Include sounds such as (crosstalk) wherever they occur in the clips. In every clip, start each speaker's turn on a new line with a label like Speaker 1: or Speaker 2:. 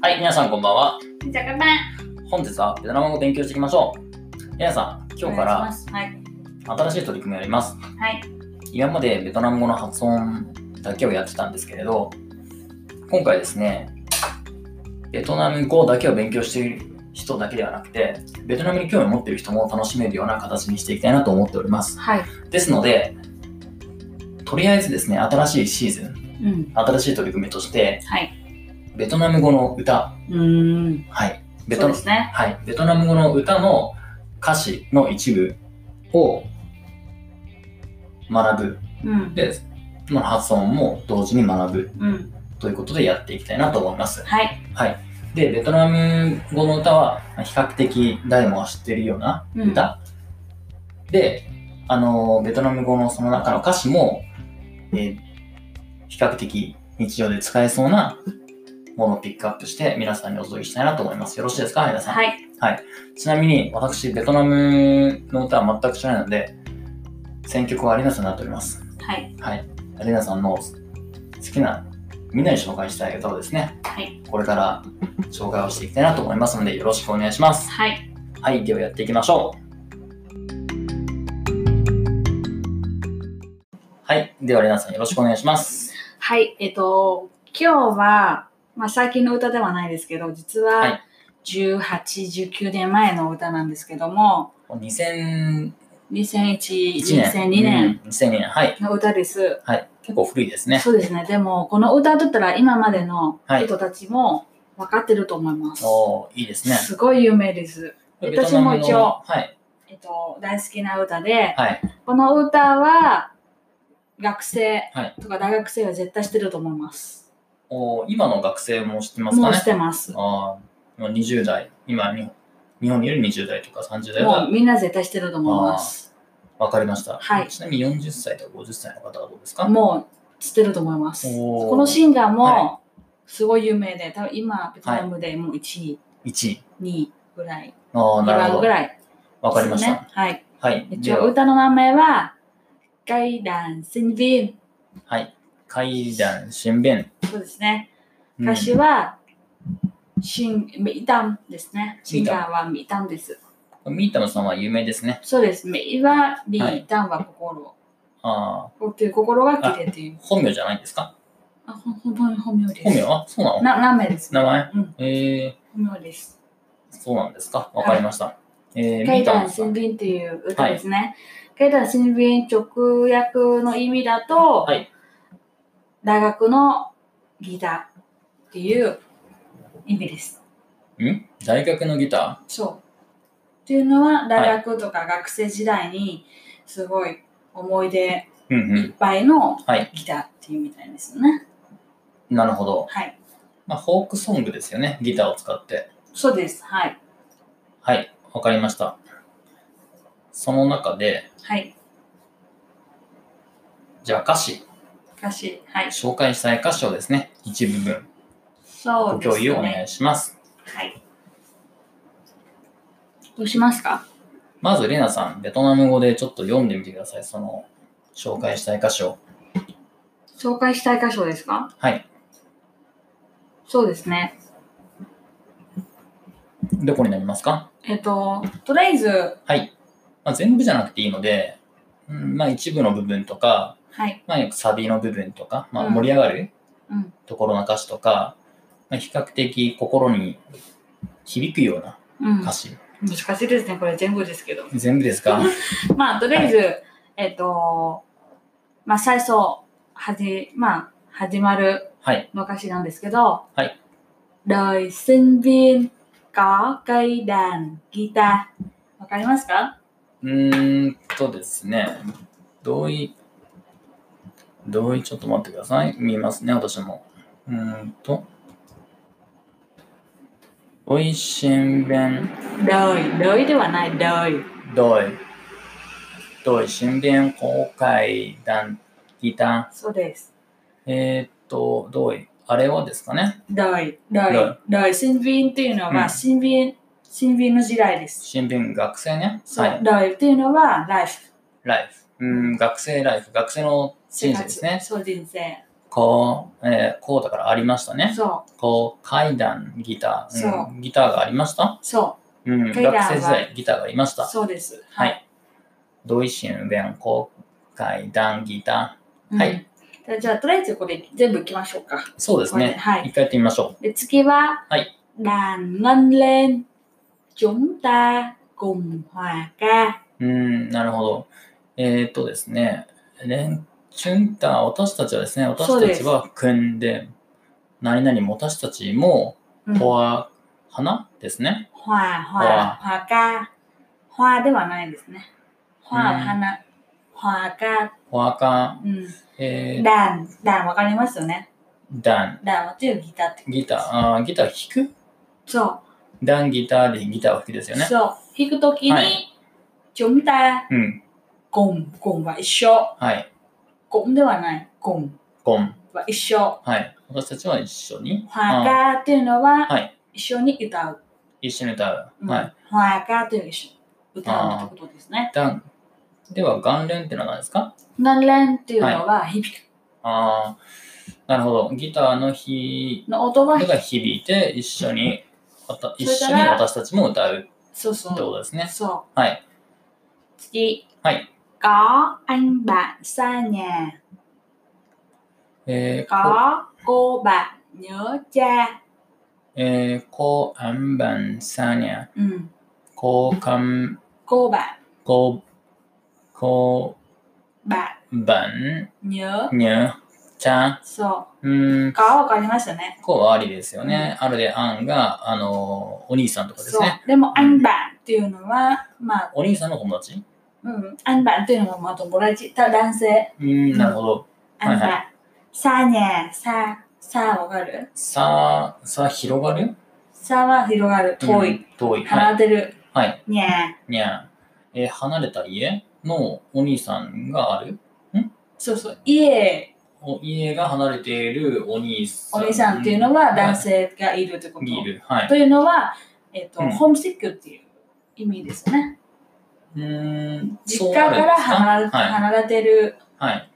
Speaker 1: はい、皆さんこんばんは。
Speaker 2: Xin chào các bạn.
Speaker 1: 本日はベトナム語を勉強していきましょう。皆さん、今日か
Speaker 2: お願い
Speaker 1: ら
Speaker 2: しますはい。
Speaker 1: 新しい取り組みをやります。
Speaker 2: はい。
Speaker 1: 今までベトナム語の発音だけをやってたんですけれど、今回ですね、ベトナム語だけを勉強している人だけではなくて、ベトナムに興味を持っている人も楽しめるような形にしていきたいなと思っております。
Speaker 2: はい。
Speaker 1: ですので、とりあえずですね、新しいシーズン、
Speaker 2: うん。
Speaker 1: 新しい取り組みとして、
Speaker 2: はい。
Speaker 1: ベトナム語の歌、
Speaker 2: うーん。
Speaker 1: はい、ベ
Speaker 2: そ
Speaker 1: ト
Speaker 2: うですね。
Speaker 1: はい、ベトナム語の歌の歌詞の一部を学ぶ
Speaker 2: うん。
Speaker 1: で、まあ、発音も同時に学ぶ
Speaker 2: うん。
Speaker 1: ということでやっていきたいなと思います。
Speaker 2: はい。
Speaker 1: はい、でベトナム語の歌はまあ比較的誰もが知っているような
Speaker 2: うん
Speaker 1: 歌、であのベトナム語のその中の歌詞も、えー比較的日常で使えそうなものをピックアップして皆さんにお届けしたいなと思います。よろしいですか皆さん。
Speaker 2: はい。
Speaker 1: ちなみに私、ベトナムの歌は全く知らないので、選曲はアリナさんになっております。
Speaker 2: はい。
Speaker 1: はい。アリナさんの好きな、みんなに紹介したい歌をですね、
Speaker 2: はい。
Speaker 1: これから紹介をしていきたいなと思いますので、よろしくお願いします。
Speaker 2: はい。
Speaker 1: はい、ではやっていきましょう。はい。では、アリナさん、よろしくお願いします。
Speaker 2: はい。えっと、今日は、まあ最近の歌ではないですけど、実
Speaker 1: は
Speaker 2: はい18、19年前の歌なんですけども、
Speaker 1: 2001
Speaker 2: 2001、
Speaker 1: 年。
Speaker 2: 2002年
Speaker 1: うん。2002年。はい。
Speaker 2: の歌です。
Speaker 1: はい。結構古いですね。
Speaker 2: そうですね。でも、この歌だったら今までの
Speaker 1: はい
Speaker 2: 人たちも分かってると思います。
Speaker 1: おーいいですね。
Speaker 2: すごい有名です。
Speaker 1: ベトナムの
Speaker 2: 私も一応
Speaker 1: はい。
Speaker 2: えっと、大好きな歌で、
Speaker 1: はい。
Speaker 2: この歌は学生
Speaker 1: はい
Speaker 2: とか大学生は絶対してると思います。
Speaker 1: お今の学生も知ってます
Speaker 2: も
Speaker 1: か
Speaker 2: う
Speaker 1: ね
Speaker 2: してます。も
Speaker 1: ああもう20代、今に、日本にいる20代とか30代
Speaker 2: う
Speaker 1: は
Speaker 2: みんな絶対してると思います。
Speaker 1: 分かりました。
Speaker 2: はい
Speaker 1: ちなみに40歳とか50歳の方はどうですか
Speaker 2: もうしてると思います。
Speaker 1: おー
Speaker 2: このシンガー
Speaker 1: は
Speaker 2: もすごい有名で、多分今、ベトナムでもう1位、
Speaker 1: ?1 位。
Speaker 2: 2位ぐらい、
Speaker 1: ああ、なる
Speaker 2: 2
Speaker 1: ほ
Speaker 2: ぐ
Speaker 1: ど。
Speaker 2: らい、ね。
Speaker 1: 分かりました。
Speaker 2: はい。
Speaker 1: はい。
Speaker 2: 一
Speaker 1: で
Speaker 2: 応
Speaker 1: は、
Speaker 2: 歌の名前は、ガイダン・センビン。
Speaker 1: はい。階段、新弁。
Speaker 2: そうですね。
Speaker 1: うん
Speaker 2: 歌詞は、シン、ミタンですね。シンガーはミタンです。
Speaker 1: ミータムさんは有名ですね。
Speaker 2: そうですね。いは、り
Speaker 1: はい、
Speaker 2: たんは心。
Speaker 1: ああ、
Speaker 2: っていう心が綺麗っていう。
Speaker 1: 本名じゃないんですか
Speaker 2: あ、ほほんほん本名です。
Speaker 1: 本名はそうなの
Speaker 2: な、名前です。
Speaker 1: 名前
Speaker 2: うん、
Speaker 1: ええ
Speaker 2: 本名です。
Speaker 1: そうなんですか分かりました。えー、
Speaker 2: ガ
Speaker 1: ミ
Speaker 2: イ
Speaker 1: ータ
Speaker 2: ダ
Speaker 1: ム
Speaker 2: ン
Speaker 1: さ
Speaker 2: 新
Speaker 1: ん。
Speaker 2: 聞っていう歌ですね。ガイダン新聞直訳の意味だと、
Speaker 1: はい
Speaker 2: 大学のギターっていう意味です。
Speaker 1: ん大学のギタ
Speaker 2: そう。っていうのは、大学とか学生時代にすごい思い出
Speaker 1: ーうんう
Speaker 2: いっ
Speaker 1: ん。
Speaker 2: ぱいの
Speaker 1: はい。
Speaker 2: ギターっていうみたいですよね。
Speaker 1: なるほど。
Speaker 2: はい。
Speaker 1: まあ、フォークソングですよね。ギターを使って。
Speaker 2: そうです。はい。
Speaker 1: はい、わかりました。その中で、
Speaker 2: はい。
Speaker 1: じゃあ歌詞、
Speaker 2: 歌詞、はい。
Speaker 1: 紹介したい歌詞をですね、一部分
Speaker 2: そ
Speaker 1: ご
Speaker 2: うですね。
Speaker 1: 共有お願いします。
Speaker 2: はい。どうしますか
Speaker 1: まず、レナさん、ベトナム語でちょっと読んでみてください。その、紹介したい箇所。
Speaker 2: 紹介したい箇所ですか
Speaker 1: はい。
Speaker 2: そうですね。
Speaker 1: どこになりますか
Speaker 2: えっと、とりあえず、
Speaker 1: はい。まあ、全部じゃなくていいので、うんまあ、一部の部分とか、
Speaker 2: はい。
Speaker 1: まあ、よくサビの部分とか、まあ、
Speaker 2: うん
Speaker 1: 盛り上がる
Speaker 2: うん。
Speaker 1: ところの歌詞とか、まあ、比較的心に響くような
Speaker 2: うん、
Speaker 1: 歌
Speaker 2: 難
Speaker 1: 詞。
Speaker 2: しいですね。これ全部ですけど。
Speaker 1: 全部ですか
Speaker 2: まあ、とりあえず、えっと、まあ、最初、はじ、まあ、始まる
Speaker 1: はい。
Speaker 2: の歌詞なんですけど、
Speaker 1: はい。
Speaker 2: đời sinh viên có cây đàn guitar わかりますか
Speaker 1: うーんとですね、同意、同意、ちょっと待ってください。見ますね、私も。うーんと、おいしんべん、
Speaker 2: đời đời ではない đời
Speaker 1: どい、どい、しんべん公開団、ギタ
Speaker 2: そうです。
Speaker 1: ー、えー、っと、どい、あれはですかね、
Speaker 2: đời đời
Speaker 1: Đời.
Speaker 2: đời sinh viên っていうのは、
Speaker 1: うん
Speaker 2: 新聞新聞の時代です。
Speaker 1: 新聞学生ね、
Speaker 2: そう
Speaker 1: はい、
Speaker 2: đời っていうのは life
Speaker 1: ライフ、うーん、学生ライフ、学生の人生ですね。
Speaker 2: そう人生。
Speaker 1: こう、えー、こうだからありましたね。
Speaker 2: そう、
Speaker 1: こう、階段、ギター、
Speaker 2: そ
Speaker 1: ん、ギターがありました。
Speaker 2: そ
Speaker 1: うん、学
Speaker 2: 階段は
Speaker 1: 生時代ギターがありまし
Speaker 2: う、
Speaker 1: た。
Speaker 2: そうです。
Speaker 1: はい。ドイシン、ベン、こう、階段、ギタ
Speaker 2: うん
Speaker 1: はい。
Speaker 2: でじゃあ、とりあえずこれ全部行きましょうか
Speaker 1: ー。。そうですね。
Speaker 2: は
Speaker 1: 一
Speaker 2: い。
Speaker 1: 回やってみましょう。
Speaker 2: で次は、
Speaker 1: はい
Speaker 2: đàn ngân lên, chúng ta cùng hòa ca.
Speaker 1: うーん、なるほど。えーっとですね、レンチュンター、私たちはですね、
Speaker 2: そう
Speaker 1: 私
Speaker 2: で
Speaker 1: た
Speaker 2: す
Speaker 1: ちは組んで、何々、私たちも、
Speaker 2: うん
Speaker 1: とは、花ですね。
Speaker 2: 花
Speaker 1: 花
Speaker 2: 花花が花ではないですね。花
Speaker 1: うん
Speaker 2: は花花が
Speaker 1: 花か、
Speaker 2: うん。
Speaker 1: えー、
Speaker 2: ダンダンわかりますよね。
Speaker 1: ダン、
Speaker 2: ダンは強いギターって。
Speaker 1: ギター、あーギター弾く
Speaker 2: そ
Speaker 1: ダン、ギターでギターを弾くです
Speaker 2: う、
Speaker 1: よね。
Speaker 2: そう弾くときに、
Speaker 1: はい
Speaker 2: chúng ta
Speaker 1: うん、
Speaker 2: cùng cùng は一緒
Speaker 1: はい、
Speaker 2: cũng ではない cùng
Speaker 1: ゴン。
Speaker 2: は一緒。
Speaker 1: はい。私たちは一緒に、
Speaker 2: 花がっていうのは、
Speaker 1: はい
Speaker 2: 一緒に歌う。
Speaker 1: 一緒に歌
Speaker 2: う
Speaker 1: う。
Speaker 2: ん
Speaker 1: はい。
Speaker 2: 花がというのは一緒に歌うってことですね。
Speaker 1: ダン、では、元連ってのは何ですか
Speaker 2: ガンレンっていうのは響く
Speaker 1: あーなるほど。ギターの弾
Speaker 2: の音は
Speaker 1: 音が響いて一緒にわた一
Speaker 2: そ
Speaker 1: 緒
Speaker 2: れか
Speaker 1: に
Speaker 2: ら
Speaker 1: 私たちも歌うって
Speaker 2: そうそ
Speaker 1: こ
Speaker 2: う。
Speaker 1: とですね。
Speaker 2: そう。
Speaker 1: はい。
Speaker 2: Chị
Speaker 1: Hay.
Speaker 2: có anh bạn xa nhà,
Speaker 1: えー、こ
Speaker 2: có cô bạn nhớ cha.
Speaker 1: えー、こアンバンサニャ、
Speaker 2: Ừ,
Speaker 1: こかん、
Speaker 2: cô bạn
Speaker 1: こ、こ
Speaker 2: bạn
Speaker 1: ばん、
Speaker 2: nhớ
Speaker 1: にゃ、ちゃ、
Speaker 2: so
Speaker 1: うーん、
Speaker 2: có cóますよね。
Speaker 1: こうはありですよね。あるで、あんが、あのー、お兄さんとかです
Speaker 2: そう
Speaker 1: ね。
Speaker 2: でも anh bạn っていうのはまあ、
Speaker 1: お兄さんの友達
Speaker 2: うん anh bạn っていうのはまあ友達、た男性
Speaker 1: うーん、なるほど。
Speaker 2: anh
Speaker 1: Hay,
Speaker 2: bạn xa nhà xa xa わかる？
Speaker 1: さあ、さあ、広がる
Speaker 2: xa は広がる遠
Speaker 1: う
Speaker 2: い
Speaker 1: ん遠い。はい。
Speaker 2: 離れる
Speaker 1: はい。
Speaker 2: nhà
Speaker 1: にゃん、えー離れた家のお兄さんがある
Speaker 2: そうそう家
Speaker 1: お家が離れているお兄さ
Speaker 2: お
Speaker 1: ん
Speaker 2: 兄さんっていうのは男性がいるってこと。
Speaker 1: にいる。はい。
Speaker 2: というのは、えっと
Speaker 1: うん
Speaker 2: ホームシックっていう意味ですね。
Speaker 1: うーん、
Speaker 2: 実家から離れ
Speaker 1: そうなるんですか
Speaker 2: 離れてる
Speaker 1: はい。はい。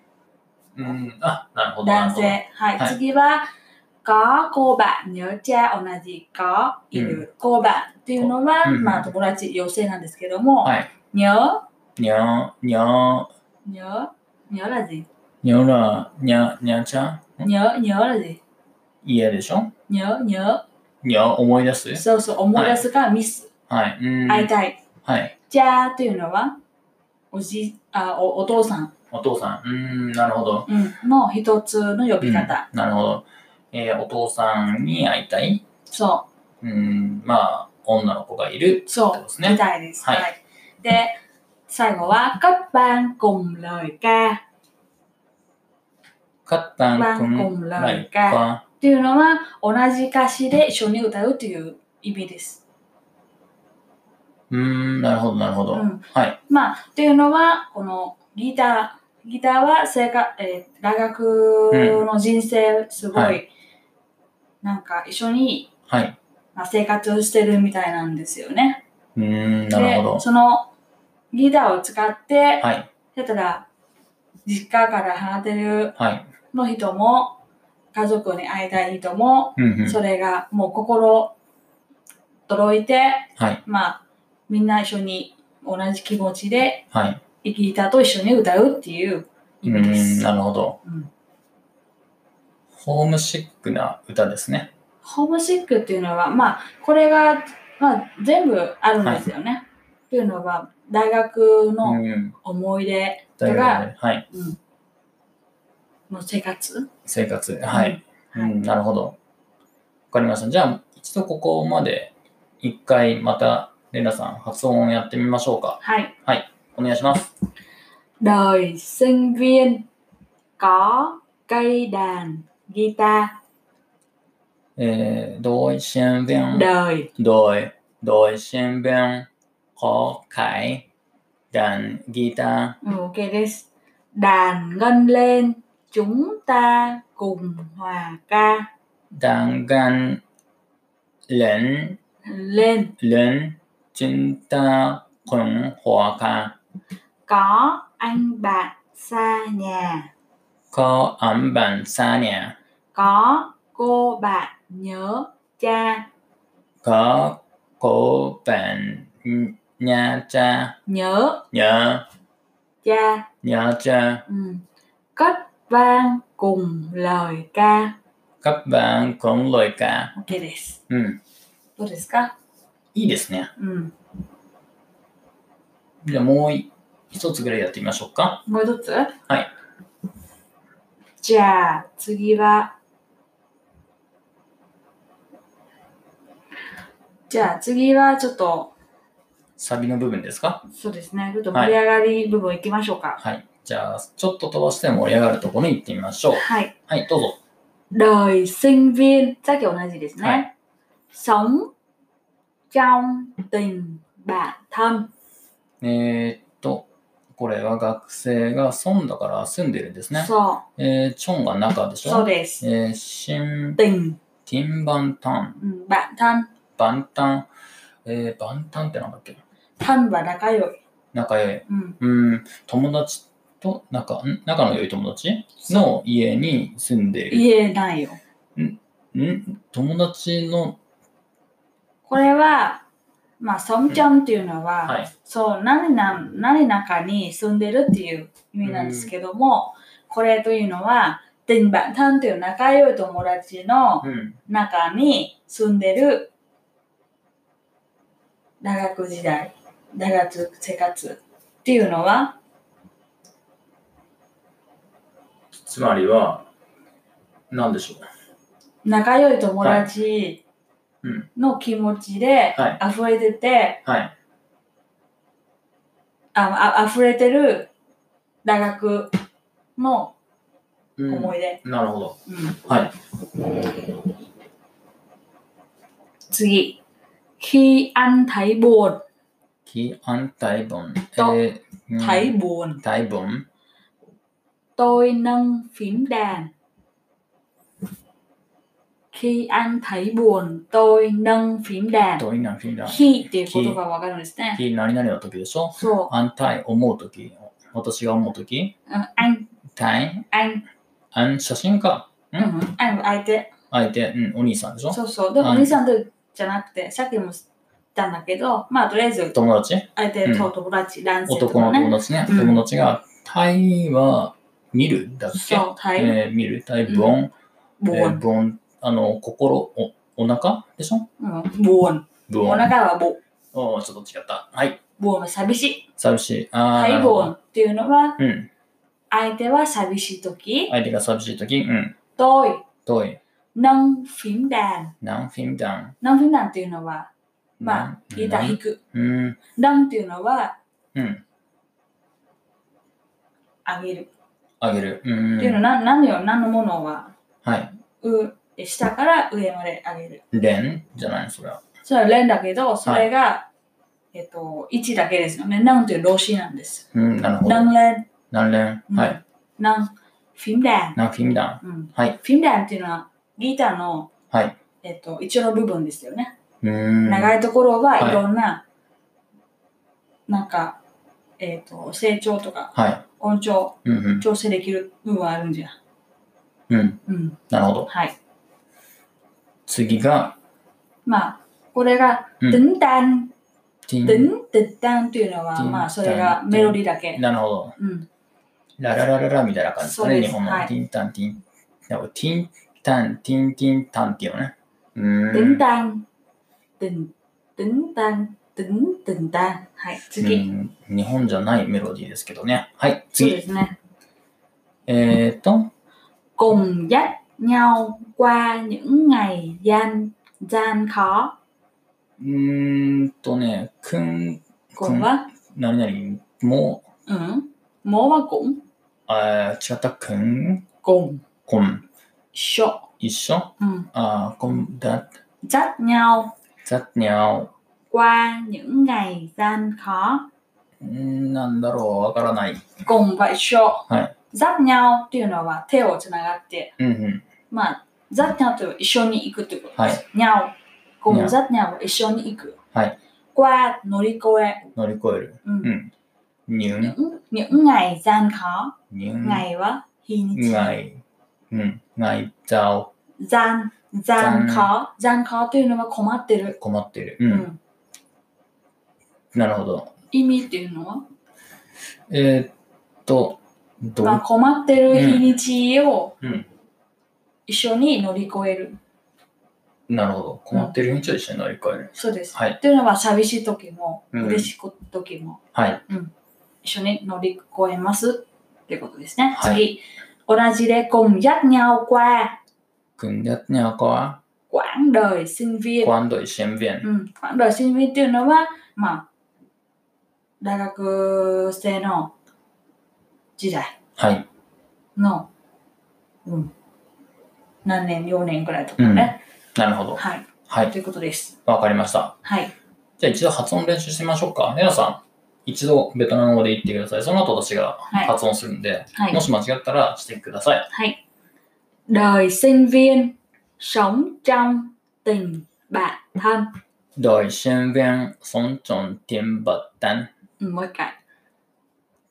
Speaker 1: うーん、あ、なるほど。なる
Speaker 2: 男
Speaker 1: ほど
Speaker 2: 性。はい、
Speaker 1: はい
Speaker 2: 次は、có cô bạn nhớ cha 同じ có いる、cô bạn っていうのは、
Speaker 1: うん
Speaker 2: まあ、友達、妖精なんですけども、
Speaker 1: はい。
Speaker 2: nhớ、
Speaker 1: にゃん、にゃん、
Speaker 2: nhớ、nhớ らじ、
Speaker 1: にゃら、にゃ、にゃちゃんん
Speaker 2: nhớ、nhớ らじ、
Speaker 1: 家でしょ
Speaker 2: nhớ、nhớ、
Speaker 1: にゃ、思い出す
Speaker 2: そうそう、思い出すか、ミス、
Speaker 1: はい。うーん。
Speaker 2: 会いたい。
Speaker 1: はい。
Speaker 2: cha っていうのは、おじあおお父さん、
Speaker 1: お父さん。うーん、なるほど。
Speaker 2: うん、の一つの呼び方。
Speaker 1: なるほど。えーお父さんに会いたい
Speaker 2: そう
Speaker 1: ーん、まあ、女の子がいる。
Speaker 2: そう、
Speaker 1: ですね
Speaker 2: みたいです。
Speaker 1: はい
Speaker 2: はい。で、最後は、các bạn cùng lời ca っ
Speaker 1: カッタン君
Speaker 2: バンコムライカ
Speaker 1: カ
Speaker 2: ていうのは、同じ歌詞で一緒に歌うという意味です。
Speaker 1: うーん、なるほど、なるほど。
Speaker 2: うん
Speaker 1: はい。
Speaker 2: まあ、っていうのは、このギター、ギターは生活、えー大学の人生、すごい、
Speaker 1: は
Speaker 2: なんか一緒に、
Speaker 1: はい。
Speaker 2: まあ、生活してるみたいなんですよね。
Speaker 1: うーん、なるほど
Speaker 2: で、。そのギターを使って、
Speaker 1: はい。
Speaker 2: だったら、実家から離れてる
Speaker 1: はい。
Speaker 2: の人も家族に会いたい人も、
Speaker 1: うんうん。
Speaker 2: それがもう心届いて
Speaker 1: はい。
Speaker 2: まあみんな一緒に同じ気持ちで
Speaker 1: はい。
Speaker 2: 生きたと一緒に歌うっていう
Speaker 1: う
Speaker 2: 意味で
Speaker 1: ーん、
Speaker 2: す。
Speaker 1: なるほど
Speaker 2: うん。
Speaker 1: ホームシックな歌ですね。
Speaker 2: ホームシックっていうのはまあこれが、まあ、全部あるんですよね。っていうのは大学
Speaker 1: う
Speaker 2: の
Speaker 1: ん。
Speaker 2: 思い出
Speaker 1: 大学で。はい。
Speaker 2: の生活、
Speaker 1: 生活。はい。う
Speaker 2: はい
Speaker 1: ん、なるほど。わかりました。じゃあ、一度ここまで、一回また、レナさん、発音をやってみましょうか。
Speaker 2: はい。
Speaker 1: お願いします。
Speaker 2: Đời sinh viên có cây đàn guitar
Speaker 1: えー、同意新聞。
Speaker 2: đời
Speaker 1: Đội, đội sinh viên có cái đàn guitar.
Speaker 2: うん Ừ, OK です。đàn ngân lên chúng ta cùng hòa ca
Speaker 1: Đàn gan lớn,
Speaker 2: lên
Speaker 1: lớn chúng ta cùng hòa ca.
Speaker 2: có anh bạn xa nhà
Speaker 1: có ẩm bạn xa nè
Speaker 2: có cô bạn nhớ cha
Speaker 1: có cô bạn n- nhà cha
Speaker 2: nhớ
Speaker 1: nhớ
Speaker 2: cha
Speaker 1: nhớ cha
Speaker 2: ừ. cất vang cùng lời ca
Speaker 1: các bạn cũng lời cả
Speaker 2: OK です
Speaker 1: うん
Speaker 2: どうですか
Speaker 1: いいですね
Speaker 2: うん
Speaker 1: じゃあもうい一つぐらいやってみましょうか
Speaker 2: もう一つはいじゃあ次はじゃあ次はちょっと
Speaker 1: サビの部分ですか
Speaker 2: そうですねちょっと盛り上がり部分いきましょうか
Speaker 1: はいじゃあちょっと飛ばして盛り上がるところに行ってみましょう
Speaker 2: はい
Speaker 1: はいどうぞ
Speaker 2: đời sinh viên さっき同じですね、
Speaker 1: は
Speaker 2: sống trong tình bạn thân
Speaker 1: えー、っとこれは学生が損だから住んでるんですね
Speaker 2: そ
Speaker 1: えー、チョンが中でし
Speaker 2: うそう
Speaker 1: ょ
Speaker 2: です
Speaker 1: えー、シン、
Speaker 2: tình
Speaker 1: ティンバンタン、
Speaker 2: うん bạn thân
Speaker 1: バンタン、えー、バンタンってなんだっけ
Speaker 2: thân は仲良い、
Speaker 1: 仲良い。
Speaker 2: うん、
Speaker 1: うん、友達と仲、ん仲の良い友達の家に住んでい
Speaker 2: 言えないよ
Speaker 1: る。ん友達の、
Speaker 2: これはまあ「ソンちゃん」っていうのは、
Speaker 1: はい。
Speaker 2: そう何な何中に住んでるっていう意味なんですけども、これというのは「tình bạn thân」という仲良い友達の
Speaker 1: うん。
Speaker 2: 中に住んでる大学時代大学生活っていうのは
Speaker 1: つまりは、なんでしょ
Speaker 2: 仲良い友達
Speaker 1: はいうん
Speaker 2: の気持ちで
Speaker 1: は
Speaker 2: 溢れてて、
Speaker 1: う。はい。
Speaker 2: ああ溢れてる大学の
Speaker 1: う
Speaker 2: 思い出、
Speaker 1: なるほど。
Speaker 2: うん
Speaker 1: はい。
Speaker 2: 次 khi anh thấy buồn
Speaker 1: キアンタイボン。
Speaker 2: と
Speaker 1: えーうん
Speaker 2: thấy buồn
Speaker 1: タイボン。
Speaker 2: tôi nâng phím đàn khi anh thấy buồn tôi nâng phím đàn
Speaker 1: どういうのフィンラン
Speaker 2: khi っていうことがわかるんですね
Speaker 1: キ何々の時でしょ
Speaker 2: そ
Speaker 1: アンタイ思う時。私が思う時。
Speaker 2: う、うん、anh ờ,
Speaker 1: タイ
Speaker 2: anh
Speaker 1: あん写真か。
Speaker 2: うん anh は相手
Speaker 1: 相手、うん、お兄さんでしょ
Speaker 2: そうそうでもお
Speaker 1: うん
Speaker 2: 兄さんとじゃなくてさっきも言ったんだけどまあとりあえず
Speaker 1: 友達
Speaker 2: 相手と友達、男性と
Speaker 1: 男の
Speaker 2: かね
Speaker 1: 友達ね。
Speaker 2: うん
Speaker 1: 友達が、タイは見るだっけ
Speaker 2: そうはい、
Speaker 1: えー見るタイボン、
Speaker 2: ボ
Speaker 1: え
Speaker 2: ー
Speaker 1: ー
Speaker 2: ン、
Speaker 1: ボン、あの、心、おお腹でしょ
Speaker 2: うん、ボーン
Speaker 1: ボ
Speaker 2: お
Speaker 1: ン。
Speaker 2: 腹はボ
Speaker 1: おーちょっと違った。はい。
Speaker 2: ボーンは寂しい
Speaker 1: 寂しい。あー
Speaker 2: ハ
Speaker 1: な
Speaker 2: イ
Speaker 1: る
Speaker 2: ボ
Speaker 1: ほ
Speaker 2: ーン
Speaker 1: ど。
Speaker 2: っていうのは
Speaker 1: うん。
Speaker 2: 相手は寂しい時
Speaker 1: 相手が寂しい時うん。
Speaker 2: tôi
Speaker 1: 遠い。
Speaker 2: nâng phím đàn
Speaker 1: ナンフィンダン。
Speaker 2: ナンフィンダンっていうのは、まあ、ギター
Speaker 1: う
Speaker 2: 弾
Speaker 1: ん
Speaker 2: く。
Speaker 1: うん。
Speaker 2: ダンっていうのは、
Speaker 1: うん。
Speaker 2: あげる。
Speaker 1: あげる。う
Speaker 2: っていうのは、
Speaker 1: ん。
Speaker 2: な何よ、何のものは、
Speaker 1: はい。
Speaker 2: う、下から上まであげる。
Speaker 1: レンじゃないのそれは。
Speaker 2: それは連だけど、それが、えっと、1だけですよね。ナンという動詞なんです。
Speaker 1: うん、なるほど
Speaker 2: ナ。ンレン、
Speaker 1: ナンレン。は
Speaker 2: う
Speaker 1: い。
Speaker 2: んナン、フィンダン。
Speaker 1: ナンフィンダン。
Speaker 2: うん
Speaker 1: はい。
Speaker 2: フィンダンっていうのは、ギターの、
Speaker 1: はい。
Speaker 2: えっと、一応の部分ですよね。
Speaker 1: うん。
Speaker 2: 長いところは
Speaker 1: はい
Speaker 2: いろんな、なんか、えっと、成長とか
Speaker 1: はい。
Speaker 2: 音調、
Speaker 1: うんうん。
Speaker 2: 調整できる部分はあるんじゃん。
Speaker 1: うん。
Speaker 2: うん、
Speaker 1: なるほど。
Speaker 2: はい。
Speaker 1: 次が、
Speaker 2: まあ、これが、
Speaker 1: うん
Speaker 2: てんたん、
Speaker 1: ティン
Speaker 2: てんてったんというのは、
Speaker 1: てんたん
Speaker 2: まあ、それがメロディーだけ。
Speaker 1: なるほど。
Speaker 2: うん、
Speaker 1: ラララララみたいな感じです
Speaker 2: そう
Speaker 1: ね。
Speaker 2: です
Speaker 1: 日本の
Speaker 2: はい
Speaker 1: ティンタンティン。なんかティンタン、ティンティンタンっていうのね。う
Speaker 2: て
Speaker 1: ー
Speaker 2: ん
Speaker 1: ん。
Speaker 2: たん、てん、てんたん、てんてんたん。はい、次。
Speaker 1: うん日本じゃないメロディーですけどね。はい、
Speaker 2: そう
Speaker 1: 次
Speaker 2: で。すね。
Speaker 1: えーと、
Speaker 2: cùng dắt nhau qua những ngày gian gian khó
Speaker 1: うーんとね、くん、
Speaker 2: cùng は、
Speaker 1: 何々、も、
Speaker 2: うん、もは cũng
Speaker 1: あー違った、くん、
Speaker 2: cùng
Speaker 1: こん、
Speaker 2: 緒、
Speaker 1: 一緒
Speaker 2: うん、
Speaker 1: あーこん、だ、
Speaker 2: dắt nhau
Speaker 1: ざ、にゃお。
Speaker 2: qua những ngày gian khó
Speaker 1: んーなんだろう、わからない。
Speaker 2: cùng vậy show
Speaker 1: はい。
Speaker 2: 雑尿っていうのは手をつながって、
Speaker 1: うんうん。
Speaker 2: まあ、雑尿と一緒に行くってこと
Speaker 1: は
Speaker 2: で
Speaker 1: い
Speaker 2: す。。尿、こ
Speaker 1: にゃ
Speaker 2: の
Speaker 1: う
Speaker 2: 雑尿を一緒に行く。
Speaker 1: はい。
Speaker 2: qua 乗り越え、
Speaker 1: 乗り越える。
Speaker 2: うん
Speaker 1: うん。にゅん、
Speaker 2: những những ngày gian khó、
Speaker 1: にゅん、
Speaker 2: ngày は日にち。
Speaker 1: Ừ. ngày ừ, ngày chào
Speaker 2: 残、残か残かというのは困ってる。
Speaker 1: 困ってる、
Speaker 2: う
Speaker 1: うん
Speaker 2: ん。
Speaker 1: なるほど
Speaker 2: 意味っていうのは、
Speaker 1: えー、っとどう、
Speaker 2: まあ、困ってる日にちを
Speaker 1: うん、
Speaker 2: 一緒に乗り越える。
Speaker 1: なるほど困ってる人は一緒に乗り越える、
Speaker 2: そうです。
Speaker 1: はい
Speaker 2: というのは寂しい時も、
Speaker 1: うん
Speaker 2: 嬉しい時も
Speaker 1: はい
Speaker 2: 一緒に乗り越えますってことですね。
Speaker 1: はい
Speaker 2: 次、同じで cùng dắt nhau qua
Speaker 1: cùng nhất nhau qua
Speaker 2: quãng đời sinh viên。
Speaker 1: quan đội sinh viên
Speaker 2: うん、quãng đời sinh viên っていうのは、まあ、大学生の時代
Speaker 1: はい
Speaker 2: の、うん、何年、4年ぐらいとかね。
Speaker 1: なるほど
Speaker 2: はい、
Speaker 1: はい
Speaker 2: ということです。
Speaker 1: わかりました
Speaker 2: はい。
Speaker 1: じゃあ一度発音練習してみましょうか。レナさん、一度ベトナム語で言ってください。その後私が
Speaker 2: はい
Speaker 1: 発音するんで、
Speaker 2: はい
Speaker 1: も。し間違ったらしてください。
Speaker 2: Hay. Đời sinh viên sống trong tình bạn thân.
Speaker 1: ドイシェンベンソンチョンティンバッタン。
Speaker 2: Ừ, Mới cả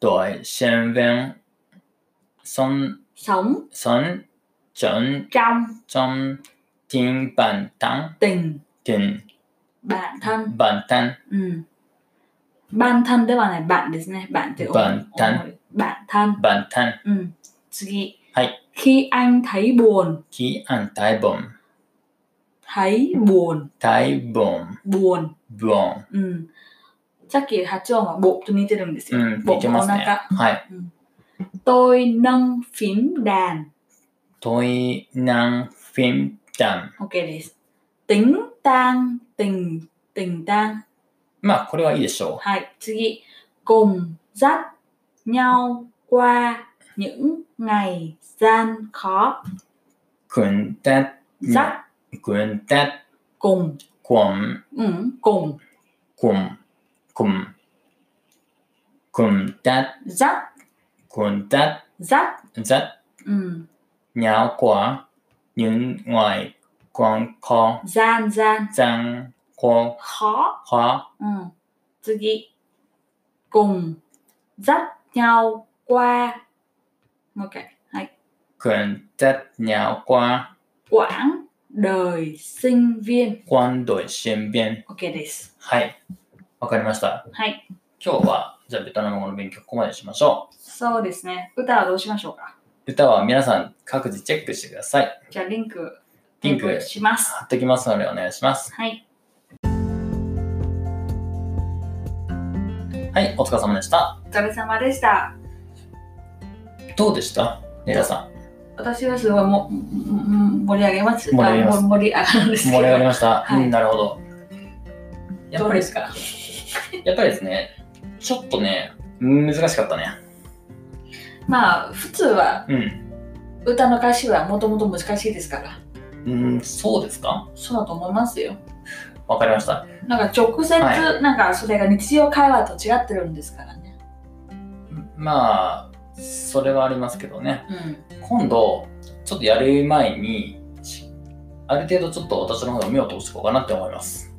Speaker 1: ドイシェンベンソン、
Speaker 2: sống
Speaker 1: ソンチョン
Speaker 2: trong
Speaker 1: チョンティンバッタン。
Speaker 2: tình
Speaker 1: ティン
Speaker 2: bạn thân.
Speaker 1: バッタン。
Speaker 2: Ừ. Bạn thân tức là này bạn đấy này, bạn từ
Speaker 1: Bạn thân.
Speaker 2: Bạn thân.
Speaker 1: バッタン。
Speaker 2: Ừ. Sugi.
Speaker 1: Hay.
Speaker 2: Khi anh thấy buồn,
Speaker 1: キアンタイボン。
Speaker 2: thấy buồn,
Speaker 1: タイボン。
Speaker 2: buồn.
Speaker 1: ボン。
Speaker 2: Ừ. Chắc kỳ hạt trường mà bộ tôi nghĩ được
Speaker 1: う
Speaker 2: đấy.
Speaker 1: ん、似てますね。はい。
Speaker 2: Tôi nâng phím đàn
Speaker 1: トイナンフィンタン。
Speaker 2: OK です。tính tang, tình, tình tang.
Speaker 1: まあ、これはいいでしょう。
Speaker 2: はい、次。cùng dắt nhau qua những ngày gian khó.
Speaker 1: 軍手、
Speaker 2: dắt
Speaker 1: 軍手、
Speaker 2: cùng,
Speaker 1: こん、
Speaker 2: ừ, cùng,
Speaker 1: こん、こん、軍手、
Speaker 2: dắt,
Speaker 1: 軍手、
Speaker 2: dắt,
Speaker 1: ざ、
Speaker 2: ừ,
Speaker 1: にゃおこわ、にゅんわい、こんこ、
Speaker 2: gian gian
Speaker 1: ざん、こ、
Speaker 2: khó.
Speaker 1: は、
Speaker 2: Ừ. Tsugi. cùng dắt nhau qua OK. Hay.
Speaker 1: 軍手、にゃおこわ、
Speaker 2: quãng đời sinh viên.
Speaker 1: こんどい新聞。
Speaker 2: OK です。
Speaker 1: はい。わかりました。
Speaker 2: はい。
Speaker 1: 今日は、じゃあベトナム語の勉強ここまでしましょ
Speaker 2: そうですね。歌はどうしましょうか
Speaker 1: う。歌は皆さん各自チェックしてください。
Speaker 2: じゃあリンク、
Speaker 1: リンク
Speaker 2: します。
Speaker 1: 貼ってきますのでお願いします。
Speaker 2: はい。
Speaker 1: はい、お疲れ様でした。
Speaker 2: お疲れ様でした。
Speaker 1: どうでしたレイラさ
Speaker 2: 私はすごいもうんうん盛り上げます。
Speaker 1: 盛り上げます
Speaker 2: あも盛り上がるんで
Speaker 1: ん。
Speaker 2: すけ
Speaker 1: 盛
Speaker 2: ど。
Speaker 1: り上がりました。
Speaker 2: はい
Speaker 1: うん、なるほど。や
Speaker 2: ど
Speaker 1: っ
Speaker 2: う
Speaker 1: ぱ
Speaker 2: で
Speaker 1: り、
Speaker 2: すか
Speaker 1: やっぱり (laughs) ですね、ちょっとね、難しかったね。
Speaker 2: まあ、普通は
Speaker 1: うん。
Speaker 2: 歌の歌詞はもともと難しいですから、
Speaker 1: うん、そうですか
Speaker 2: そうだと思いますよ。
Speaker 1: わかりました。
Speaker 2: なんか直接、
Speaker 1: は
Speaker 2: なんかそれが日常会話と違ってるんですからね。
Speaker 1: まあ、それはありますけどね。
Speaker 2: うん。
Speaker 1: 今度、ちょっとやる前に、しある程度ちょっと私の方が目を通していこうかなって思います。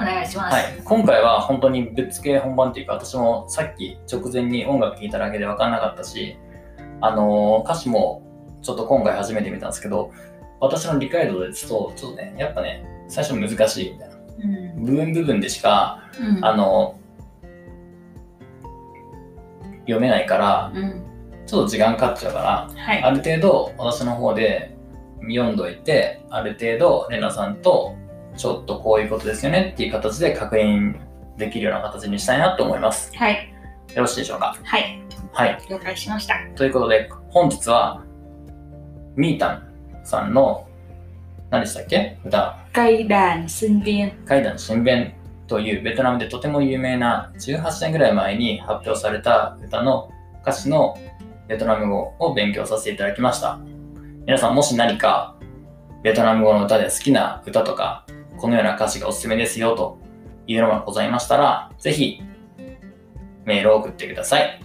Speaker 2: お願いします。
Speaker 1: はい。今回は本当にぶっつけ本番っていうか、私もさっき直前に音楽聴いただけで分かんなかったし、あのー歌詞もちょっと今回初めて見たんですけど、私の理解度ですと、ちょっとね、やっぱね、最初難しいみたいな。
Speaker 2: うん。
Speaker 1: 部分部分でしか、
Speaker 2: うん。
Speaker 1: あのー読めないから、
Speaker 2: うん。
Speaker 1: ちょっと時間かかっちゃうから、
Speaker 2: は
Speaker 1: (laughs)
Speaker 2: い。
Speaker 1: ある程度私の方で読んどいてある程度レナさんとちょっとこういうことですよねっていう形で確認できるような形にしたいなと思います
Speaker 2: はい。
Speaker 1: よろしいでしょうか
Speaker 2: はい。
Speaker 1: はい
Speaker 2: 了解しました。
Speaker 1: ということで本日はみーたんさんの何でしたっけ歌
Speaker 2: 階段身边。
Speaker 1: 「階段新弁」というベトナムでとても有名な18年ぐらい前に発表された歌の歌詞のベトナム語を勉強させていただきました皆さんもし何かベトナム語の歌で好きな歌とかこのような歌詞がおすすめですよというのがございましたらぜひメールを送ってください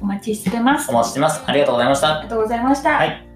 Speaker 2: お待ちしてます。
Speaker 1: お待ちしてますありがとうございまし
Speaker 2: あ
Speaker 1: た
Speaker 2: りがとうございました。
Speaker 1: はい